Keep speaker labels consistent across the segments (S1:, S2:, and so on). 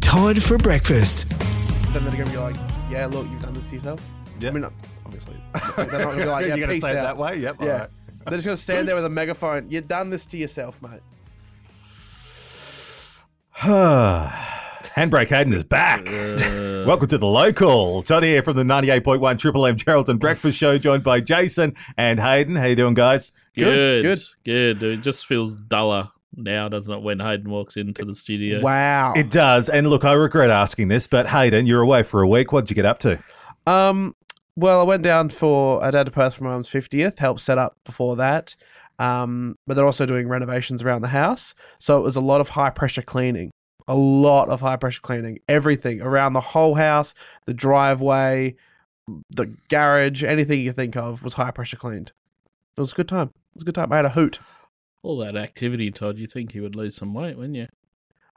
S1: Tired for breakfast.
S2: Then they're going to be like, yeah, look, you've done this to yourself.
S3: Yeah.
S2: I mean, obviously. They're not going to be like, Oh, yeah,
S3: You're gonna
S2: peace
S3: say it
S2: out.
S3: that way? Yep.
S2: Yeah.
S3: alright.
S2: They're just going to stand there with a megaphone. You've done this to yourself, mate.
S3: Handbrake Hayden is back.
S2: Uh.
S3: Welcome to the local. John here from the 98.1 Triple M Geraldton Breakfast Show, joined by Jason and Hayden. How you doing, guys?
S4: Good,
S2: good.
S4: good, dude. It just feels duller now, doesn't it, when Hayden walks into the studio?
S2: Wow.
S3: It does. And look, I regret asking this, but Hayden, you're away for a week. What'd you get up to?
S2: Um, well, I went down for I'd had a Perth for my mum's fiftieth, helped set up before that. Um, but they're also doing renovations around the house, so it was a lot of high pressure cleaning, a lot of high pressure cleaning, everything around the whole house, the driveway, the garage, anything you think of was high pressure cleaned. It was a good time. It was a good time. I had a hoot.
S4: All that activity, Todd. You think he would lose some weight, wouldn't you?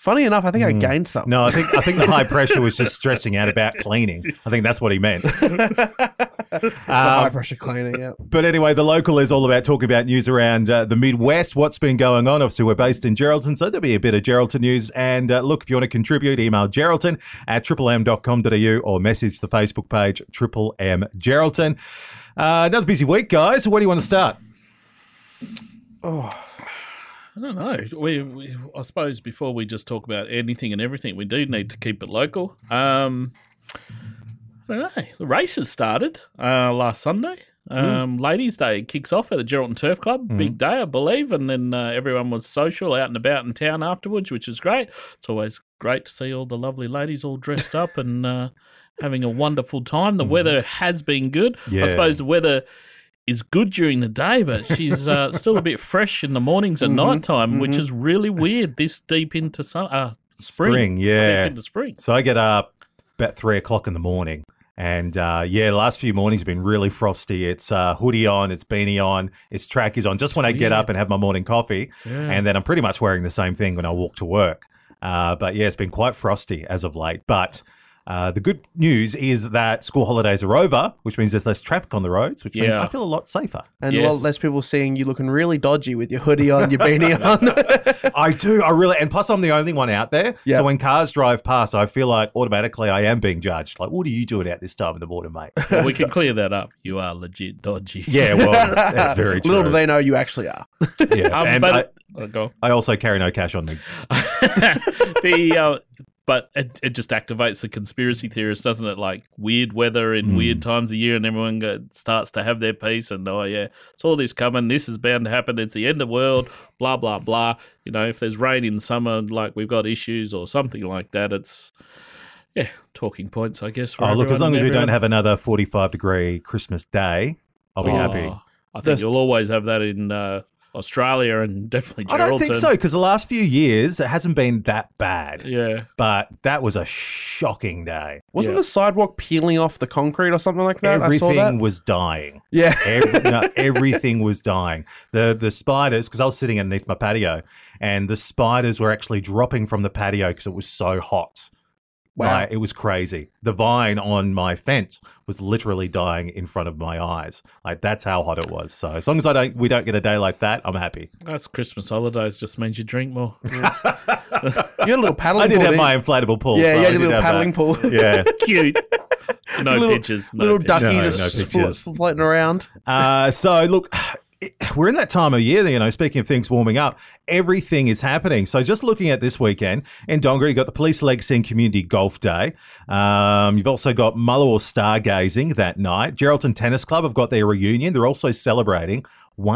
S2: Funny enough, I think I
S3: Mm.
S2: gained something.
S3: No, I think I think the high pressure was just stressing out about cleaning. I think that's what he meant. Um,
S2: The high pressure cleaning. Yeah.
S3: But anyway, the local is all about talking about news around uh, the Midwest, what's been going on. Obviously, we're based in Geraldton, so there'll be a bit of Geraldton news. And uh, look, if you want to contribute, email geraldton at triplem.com.au or message the Facebook page, Triple M Geraldton. Uh, another busy week, guys. Where do you want to start?
S2: Oh,
S4: I don't know. We, we, I suppose, before we just talk about anything and everything, we do need to keep it local. Um, I don't know. The races started uh, last Sunday. Um, Ladies' Day kicks off at the Geraldton Turf Club. Big day, I believe. And then uh, everyone was social out and about in town afterwards, which is great. It's always great to see all the lovely ladies all dressed up and uh, having a wonderful time. The weather has been good.
S3: Yeah.
S4: I suppose the weather is good during the day, but she's uh, still a bit fresh in the mornings and
S3: Mm-hmm.
S4: night time, which is really weird this deep into summer. Uh, spring.
S3: Spring,
S4: Deep
S3: yeah.
S4: into spring.
S3: So I get up about three o'clock in the morning. And uh, yeah, last few mornings have been really frosty. It's uh, hoodie on, it's beanie on, it's trackies on. Just when I get up and have my morning coffee, and then I'm pretty much wearing the same thing when I walk to work. Uh, but yeah, it's been quite frosty as of late. But uh, the good news is that school holidays are over, which means there's less traffic on the roads, which means
S4: Yeah.
S3: I feel a lot safer.
S2: and a lot
S4: Yes.
S2: less people seeing you looking really dodgy with your hoodie on, your beanie on.
S3: I do. I really, and plus, I'm the only one out there.
S2: Yeah.
S3: So when cars drive past, I feel like automatically I am being judged. Like, what are you doing out this time in the morning, mate?
S4: Well, we can clear that up. You are legit dodgy.
S3: Yeah, well, that's very true.
S2: Little do they know you actually are.
S3: yeah.
S4: Um,
S3: and
S4: but oh, go. on.
S3: I, I also carry no cash on me.
S4: the uh, but it, it just activates the conspiracy theorists, doesn't it? Like weird weather in
S3: Hmm.
S4: weird times of year, and everyone go, starts to have their piece. And oh yeah, it's all this coming. This is bound to happen. It's the end of the world. Blah blah blah. You know, if there's rain in summer, like we've got issues or something like that. It's yeah, talking points, I guess. for
S3: Oh, look, as
S4: everyone
S3: long
S4: and
S3: as we don't
S4: everyone.
S3: have another 45 degree Christmas day, I'll be
S4: Oh,
S3: happy.
S4: I think
S2: That's-
S4: you'll always have that in uh, Australia and definitely.
S3: I
S4: Geraldton.
S3: don't think so because the last few years it hasn't been that bad.
S4: Yeah.
S3: But that was a shocking day.
S2: Wasn't
S4: Yeah.
S2: the sidewalk peeling off the concrete or something like that? I saw
S3: everything
S2: that.
S3: was dying.
S2: Yeah.
S3: Every, no, everything was dying. The the spiders because I was sitting underneath my patio and the spiders were actually dropping from the patio because it was so hot.
S2: Wow.
S3: Like, it was crazy. The vine on my fence was literally dying in front of my eyes. Like that's how hot it was. So as long as I don't we don't get a day like that, I'm happy.
S4: That's Christmas holidays. Just means you drink more.
S2: You had a little paddling
S3: I did
S2: pool.
S3: have
S2: didn't
S3: my
S2: you?
S3: inflatable pool.
S2: Yeah, you
S3: so I
S2: had a
S3: did
S2: little
S3: have that.
S2: paddling pool.
S3: Yeah.
S4: Cute. No
S2: Little-
S4: pictures. No
S2: little
S4: pictures.
S2: ducky
S3: No,
S2: just
S3: no
S2: flo-
S3: pictures.
S2: floating around.
S3: Uh, so look, it- we're in that time of year, you know, speaking of things warming up, everything is happening. So just looking at this weekend in Donga, you've got the Police Legacy and Community Golf Day. Um, you've also got Mullowar Stargazing that night. Geraldton Tennis Club have got their reunion. They're also celebrating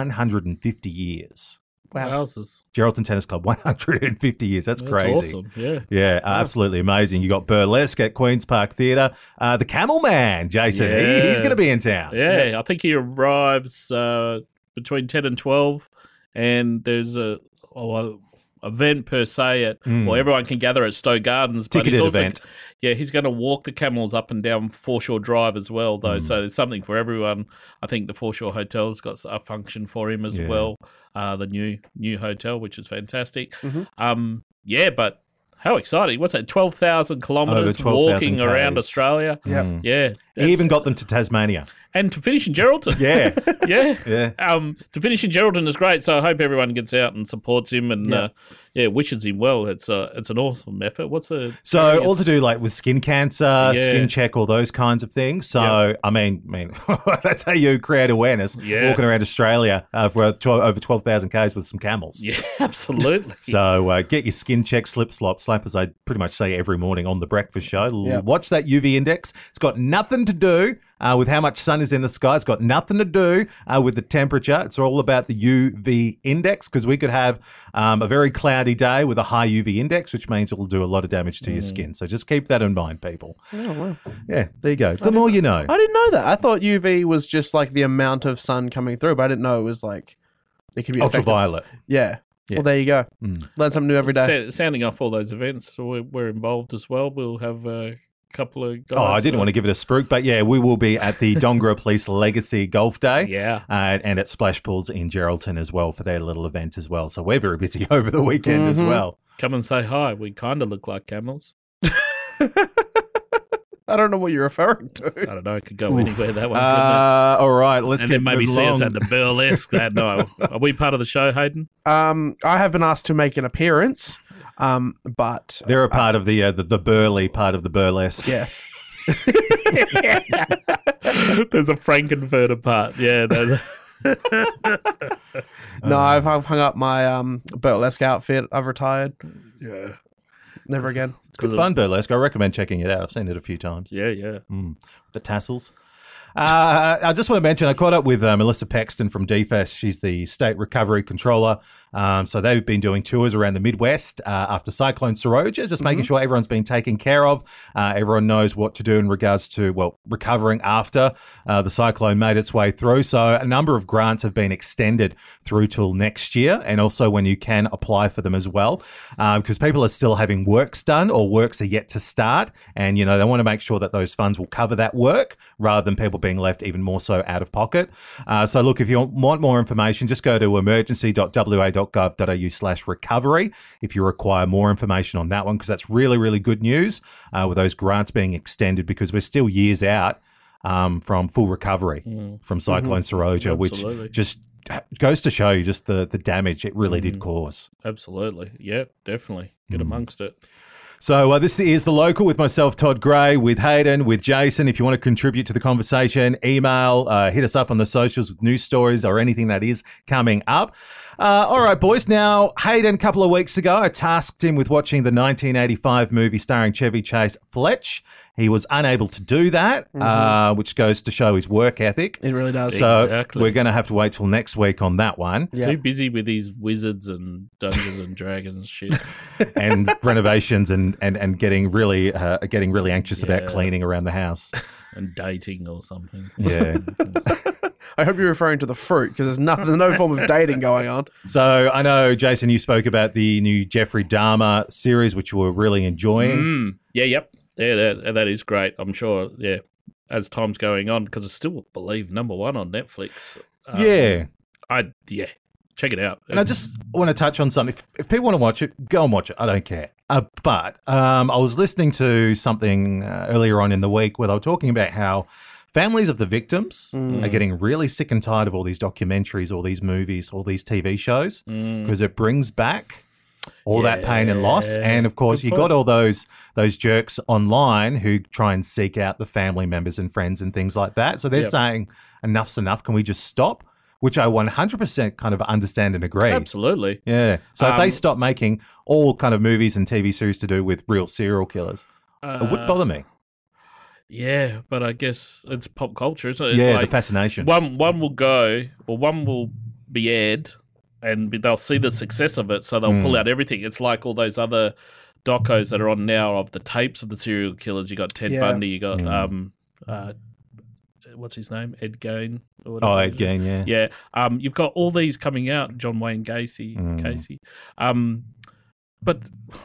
S3: 150 years.
S2: Wow.
S4: Houses.
S3: Geraldton Tennis Club, 150 years. That's,
S4: That's
S3: crazy.
S4: awesome. Yeah.
S3: Yeah, absolutely amazing. You got burlesque at Queen's Park Theatre. Uh, the Camel Man, Jason, he-
S4: Yeah.
S3: he's going to be in town.
S4: yeah. I think he arrives uh, between 10 and 12, and there's a, oh, a event per se at,
S3: Mm.
S4: well,
S3: Hmm.
S4: everyone can gather at Stowe Gardens. but he's
S3: Ticketed
S4: also-
S3: event.
S4: Yeah, he's going to walk the camels up and down Foreshore Drive as well, though.
S3: Hmm.
S4: So there's something for everyone. I think the Foreshore Hotel's got a function for him as
S3: Yeah.
S4: well. Uh, the new new hotel, which is fantastic.
S3: Mm-hmm.
S4: Um, yeah, but how exciting! What's that? Twelve thousand kilometres
S3: 12,000
S4: walking around
S3: Ks.
S4: Australia.
S2: Yeah.
S4: Yeah,
S3: He even got them to Tasmania.
S4: and to finish in Geraldton.
S3: Yeah.
S4: yeah.
S3: Yeah.
S4: Um, to finish in Geraldton is great. So I hope everyone gets out and supports him and Uh, yeah, wishes him well. It's uh, it's an awesome effort. What's a
S3: So all to do like with skin cancer,
S4: Yeah.
S3: skin check, all those kinds of things. So I mean, I mean, that's how you create awareness.
S4: Yeah.
S3: Walking around Australia uh, for 12, over twelve thousand k's with some camels.
S4: yeah, absolutely.
S3: So uh, get your skin check, slip, slop, slap, as I pretty much say every morning on the breakfast show. L-
S2: Yeah.
S3: Watch that UV index. It's got nothing to do uh, with how much sun is in the sky. It's got nothing to do uh, with the temperature. It's all about the UV index because we could have um, a very cloudy day with a high UV index, which means it'll do a lot of damage to your
S2: Mm.
S3: skin. So just keep that in mind, people. Yeah, there you go. The more you know.
S2: Oh, I didn't know that. I thought UV was just like the amount of sun coming through, but I didn't know it was like it could be affected-
S3: Ultraviolet.
S2: Yeah.
S3: Yeah.
S2: Well, there you go.
S3: Mm.
S2: Learn something new every day.
S4: Sa- sounding off all those events, so we're, we're involved as well. We'll have a couple of guys. uh,
S3: Oh, I didn't want to give it a spruik, but yeah, we will be at the Dongara Police Legacy Golf Day.
S4: Yeah.
S3: uh, and at Splash Pools in Geraldton as well for their little event as well. So we're very busy over the weekend as
S2: Mhm.
S4: Mm-hmm.
S3: well.
S4: Come and say hi. We kind of look like camels.
S2: I don't know what you're referring
S4: I
S2: to.
S4: don't know. It could go anywhere that one. couldn't
S3: Uh, all right,
S4: it?
S3: let's
S4: and
S3: keep
S4: then maybe
S3: moving
S4: see us
S3: along.
S4: at the burlesque that night. Are we part of the show, Hayden?
S2: Um, I have been asked to make an appearance, um, but
S3: They're a part of the, uh, the the burly part of the burlesque.
S2: yes,
S4: There's a Frankenfurter part. Yeah. there's-
S2: no,
S3: Uh.
S2: I've, I've hung up my um, burlesque outfit. I've retired.
S4: yeah.
S2: Never again.
S3: It's good fun burlesque. I recommend checking it out. I've seen it a few times.
S4: Yeah, yeah.
S3: The tassels. Uh, I just want to mention I caught up with uh, Melissa Paxton from DFAS. She's the state recovery controller. Um, so they've been doing tours around the Midwest uh, after Cyclone Seroja, just making sure everyone's been taken care of. Uh, everyone knows what to do in regards to well recovering after uh, the cyclone made its way through. So a number of grants have been extended through till next year, and also when you can apply for them as well, um, because people are still having works done or works are yet to start, and you know they want to make sure that those funds will cover that work rather than people being left even more so out of pocket. Uh, so look, if you want more information, just go to emergency.wa.gov.au slash recovery if you require more information on that one, because that's really, really good news uh, with those grants being extended because we're still years out um, from full recovery from Cyclone Seroja,
S4: Absolutely.
S3: which just uh, goes to show you just the, the damage it really did cause.
S4: Absolutely. Yeah, definitely.
S3: Hmm.
S4: Get amongst it.
S3: So uh, this is the local with myself, Todd Gray, with Hayden, with Jason. If you want to contribute to the conversation, email, uh, hit us up on the socials with news stories or anything that is coming up. Uh, all right, boys. Now, Hayden, a couple of weeks ago, I tasked him with watching the 1985 movie starring Chevy Chase, Fletch. He was unable to do that, uh, which goes to show his work ethic.
S2: It really does.
S3: So
S4: Exactly.
S3: we're going to have to wait till next week on that one
S2: yeah.
S4: Too busy with these wizards and Dungeons and Dragons shit.
S3: and renovations and, and, and getting really uh, getting really anxious
S4: Yeah.
S3: about cleaning around the house.
S4: and dating or something.
S3: Yeah.
S2: I hope you're referring to the fruit because there's nothing, there's no form of dating going on.
S3: So I know, Jason, you spoke about the new Jeffrey Dahmer series, which you were really enjoying.
S4: Mm. Yeah, yep. Yeah, that, that is great. I'm sure. Yeah, as time's going on, because it's still, I believe, number one on Netflix. Um,
S3: yeah.
S4: I yeah, check it out.
S3: And I just want to touch on something. If, if people want to watch it, go and watch it. I don't care. Uh, but um, I was listening to something uh, earlier on in the week where they were talking about how families of the victims
S4: Mm.
S3: are getting really sick and tired of all these documentaries, all these movies, all these TV shows.
S4: Mm.
S3: because it brings back all that pain and loss.
S4: Yeah.
S3: And of course,
S4: Good
S3: you
S4: point.
S3: got all those those jerks online who try and seek out the family members and friends and things like that. So they're
S4: Yep.
S3: saying, "Enough's enough. Can we just stop?" Which I 100% kind of understand and agree.
S4: absolutely.
S3: Yeah. So if they
S4: Um,
S3: stop making all kind of movies and TV series to do with real serial killers, it
S4: Uh,
S3: wouldn't bother me.
S4: Yeah, but I guess it's pop culture, isn't it?
S3: Yeah,
S4: Uh, Like,
S3: the fascination.
S4: one one will go, or one will be aired, and they'll see the success of it, so they'll
S3: Hmm.
S4: pull out everything. It's like all those other docos that are on now of the tapes of the serial killers. You got Ted
S2: Yeah.
S4: Bundy. You got
S3: Mm.
S4: um, uh, what's his name? Ed Gain. or whatever
S3: oh,
S4: it
S3: Ed
S4: is.
S3: Gein, yeah.
S4: Yeah. Um, you've got all these coming out, John Wayne Gacy,
S3: Mm.
S4: Casey. Um, but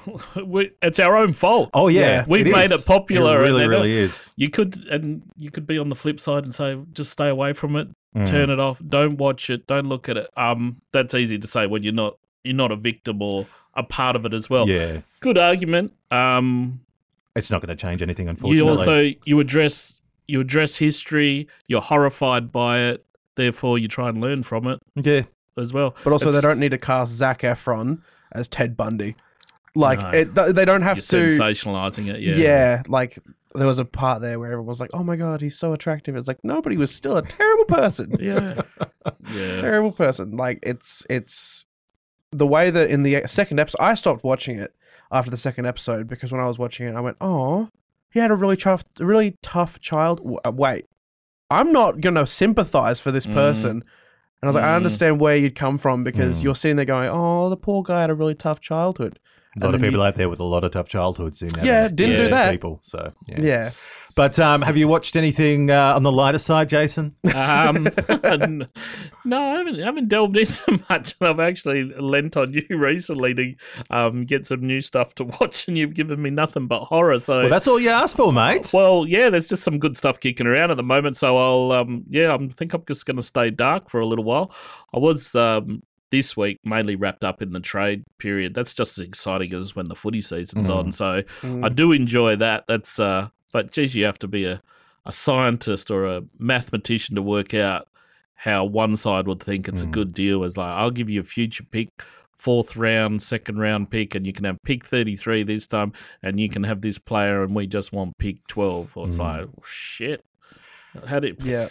S4: we, it's our own fault.
S3: Oh, yeah.
S2: Yeah.
S4: We've made
S3: is.
S4: it popular
S3: It
S4: and
S3: really,
S4: they don't-
S3: really is.
S4: You could and you could be on the flip side and say just stay away from it,
S3: Mm.
S4: turn it off, don't watch it, don't look at it. Um, that's easy to say when you're not you're not a victim or a part of it as well.
S3: Yeah.
S4: Good argument. Um,
S3: It's not going to change anything, unfortunately.
S4: you also you address you address history, you're horrified by it, therefore you try and learn from it
S3: Yeah.
S4: as well.
S2: But also, they
S4: It's-
S2: don't need to cast Zach Efron as Ted Bundy. Like
S4: No.
S2: it, th- they don't
S4: You're
S2: have to.
S4: sensationalizing it,
S2: Yeah.
S4: yeah.
S2: like there was a part there where everyone was like, "Oh my god, he's so attractive." It's like nobody was still a terrible person,
S4: Yeah. yeah.
S2: terrible person. Like it's it's the way that in the second episode, I stopped watching it after the second episode because when I was watching it, I went, "Oh, he had a really tough, really tough child." w- uh, Wait, I'm not gonna sympathize for this
S4: Mm.
S2: person. And I was like, I
S4: Mm.
S2: understand where you'd come from because
S3: Mm.
S2: you're sitting there going, "Oh, the poor guy had a really tough childhood."
S3: A lot
S2: And
S3: of
S2: then
S3: people out there with a lot of tough childhoods who never
S2: Yeah, didn't
S4: do
S3: met
S2: that.
S3: People, so yeah.
S2: you- yeah.
S3: But um, have you watched anything uh, on the lighter side, Jason?
S4: Um, n- no, I haven't, I haven't delved into much. I've actually lent on you recently to um, get some new stuff to watch, and you've given me nothing but horror. So
S3: Well, that's all you asked for, mate.
S4: Well, yeah, there's just some good stuff kicking around at the moment. So I'll, um, yeah, I think I'm just going to stay dark for a little while. I was um, this week mainly wrapped up in the trade period. That's just as exciting as when the footy season's
S3: Mm.
S4: on. So
S2: Mm.
S4: I do enjoy that. That's, uh, but geez, you have to be a, a scientist or a mathematician to work out how one side would think it's a
S3: Mm.
S4: good deal. Is like, I'll give you a future pick. Fourth round, second round pick, and you can have pick 33 this time and you can have this player and we just want pick 12 or it's
S3: Mm.
S4: like "Oh, shit how did
S2: Yeah.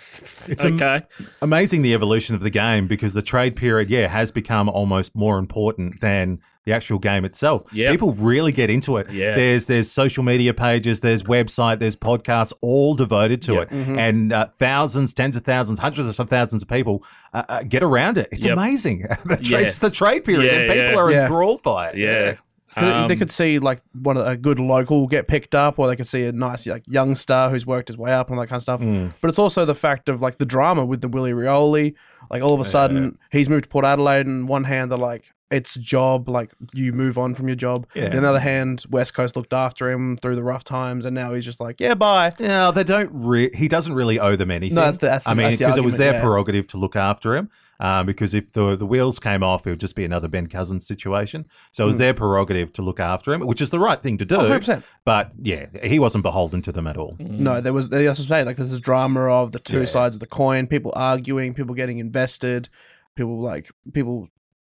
S3: It's am-
S4: okay
S3: amazing the evolution of the game because the trade period, yeah, has become almost more important than the actual game itself.
S4: Yep.
S3: People really get into it.
S4: Yeah.
S3: There's there's social media pages, there's website, there's podcasts, all devoted to
S4: Yep.
S3: it, and uh, thousands, tens of thousands, hundreds of thousands of people uh, uh, get around it. It's
S4: Yep.
S3: amazing. the tra-
S4: Yeah.
S3: It's the trade period,
S4: Yeah,
S3: and people
S4: yeah.
S3: are
S2: Yeah.
S3: enthralled by it.
S4: yeah
S2: 'Cause
S4: Um,
S2: they could see like one of a good local get picked up, or they could see a nice like young star who's worked his way up and all that kind of stuff.
S3: Mm.
S2: But it's also the fact of like the drama with the Willie Rioli. Like all of a sudden, he's moved to Port Adelaide, and one hand they're like, "It's job, like you move on from your job."
S3: Yeah.
S2: And on the other hand, West Coast looked after him through the rough times, and now he's just like, "Yeah, bye."
S3: No, they don't. Re- he doesn't really owe them anything.
S2: No, that's the- that's the-
S3: I mean,
S2: that's the
S3: because it was their
S2: argument, yeah.
S3: prerogative to look after him. Um, because if the the wheels came off, it would just be another Ben Cousins situation. So it
S2: Hmm.
S3: was their prerogative to look after him, which is the right thing to do.
S2: Oh, 100%.
S3: But yeah, he wasn't beholden to them at all.
S2: No, there was that's what I'm saying. Like there's this drama of the two
S3: Hmm. Yeah.
S2: sides of the coin, people arguing, people getting invested, people like people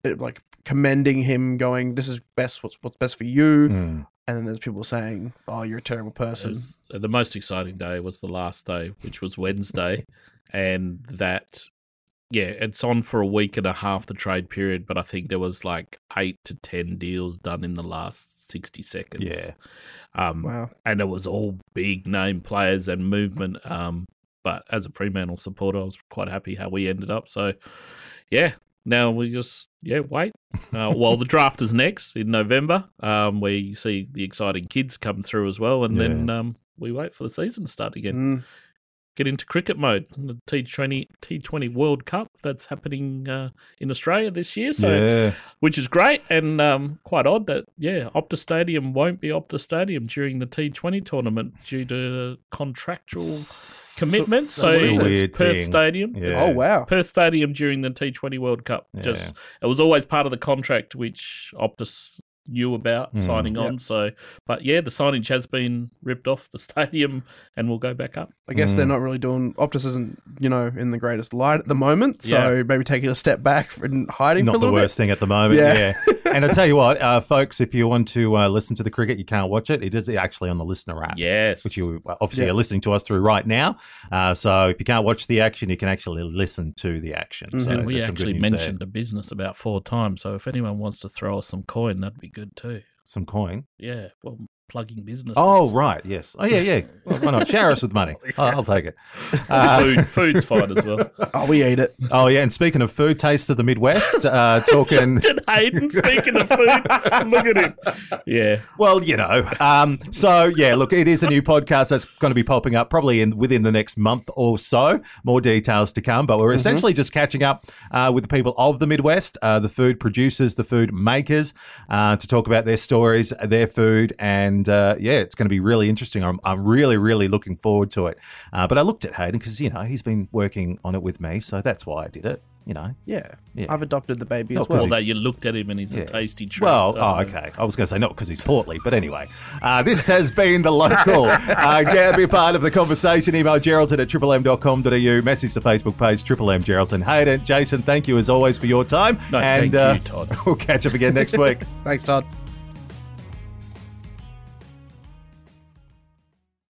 S2: eh, like commending him, going, "This is best. What's what's best for you?"
S3: Mm.
S2: And then there's people saying, "Oh, you're a terrible
S4: it
S2: person."
S4: was- the most exciting day was the last day which was wednesday and that yeah it's on for a week and a half the trade period but i think there was like eight to ten deals done in the last 60 seconds
S3: Yeah.
S4: um
S2: Wow.
S4: and it was all big name players and movement. Um, but as a Fremantle supporter, I was quite happy how we ended up. So, yeah, now we just yeah wait. Uh, well, the draft is next in November, um, where you see the exciting kids come through as well, and then um, we wait for the season to start again.
S2: Mm.
S4: Get into cricket mode. The T Twenty T Twenty World Cup that's happening uh, in Australia this year. So
S3: yeah,
S4: which is great and um, quite odd that yeah, Optus Stadium won't be Optus Stadium during the T20 tournament due to contractual commitments. So,
S2: such a
S4: it's
S3: weird
S4: Perth
S3: thing.
S4: Stadium.
S3: Yeah.
S2: Oh wow.
S4: Perth Stadium during the T20 World Cup. Just it was always part of the contract which Optus knew about
S3: Mm.
S4: signing on. So, but yeah, the signage has been ripped off the stadium and will go back up.
S2: I guess they're
S3: Mm.
S2: not really doing. Optus isn't, you know, in the greatest light at the moment. So maybe taking a step back and hiding for
S3: Not
S2: a
S3: the
S2: little
S3: worst thing at the moment.
S2: Yeah.
S3: Yeah. and I tell you what, uh, folks, if you want to uh, listen to the cricket, you can't watch it. It is actually on the listener app. Ah,
S4: Yes.
S3: which you obviously
S2: Yeah.
S3: are listening to us through right now. Uh, so if you can't watch the action, you can actually listen to the action. So
S2: Mhm.
S4: Mm-hmm. and we
S3: there's some good
S4: actually
S3: news there.
S4: mentioned the business about four times. So if anyone wants to throw us some coin, that'd be good too.
S3: some coin.
S4: Yeah, well, plugging businesses.
S3: Oh right, yes. Oh yeah, yeah. Well, why not shower us with money? I- I'll take it. Uh,
S4: food, food's fine as well.
S2: bit. Oh, we ate it.
S3: oh yeah, and speaking of food, taste of the Midwest. Uh, talking.
S4: Did Hayden speaking of food? Look at him. Yeah,
S3: Well, you know. Um, so yeah, look, it is a new podcast that's going to be popping up probably in within the next month or so. More details to come, but we're essentially just catching up uh, with the people of the Midwest, uh, the food producers, the food makers, uh, to talk about their stories, their food, and uh, yeah, it's going to be really interesting. I'm, I'm really, really looking forward to it. Uh, but I looked at Hayden because you know he's been working on it with me, so that's why I did it. you know.
S2: Yeah.
S3: Yeah.
S2: I've adopted the baby
S3: Not
S2: as well.
S3: he's-
S4: Although you looked at him and he's
S3: Yeah.
S4: a tasty treat.
S3: Well,
S4: I
S3: oh,
S4: don't know.
S3: okay. I was going to say not because he's portly, but anyway. Uh, this has been The Local. Uh, get be part of the conversation. Email Geraldton at triplem.com.au. Message the Facebook page, Triple M Geraldton Hayden. Jason, thank you as always for your time.
S4: No,
S3: and
S4: thank you, Todd.
S3: we'll catch up again next week.
S2: Thanks, Todd.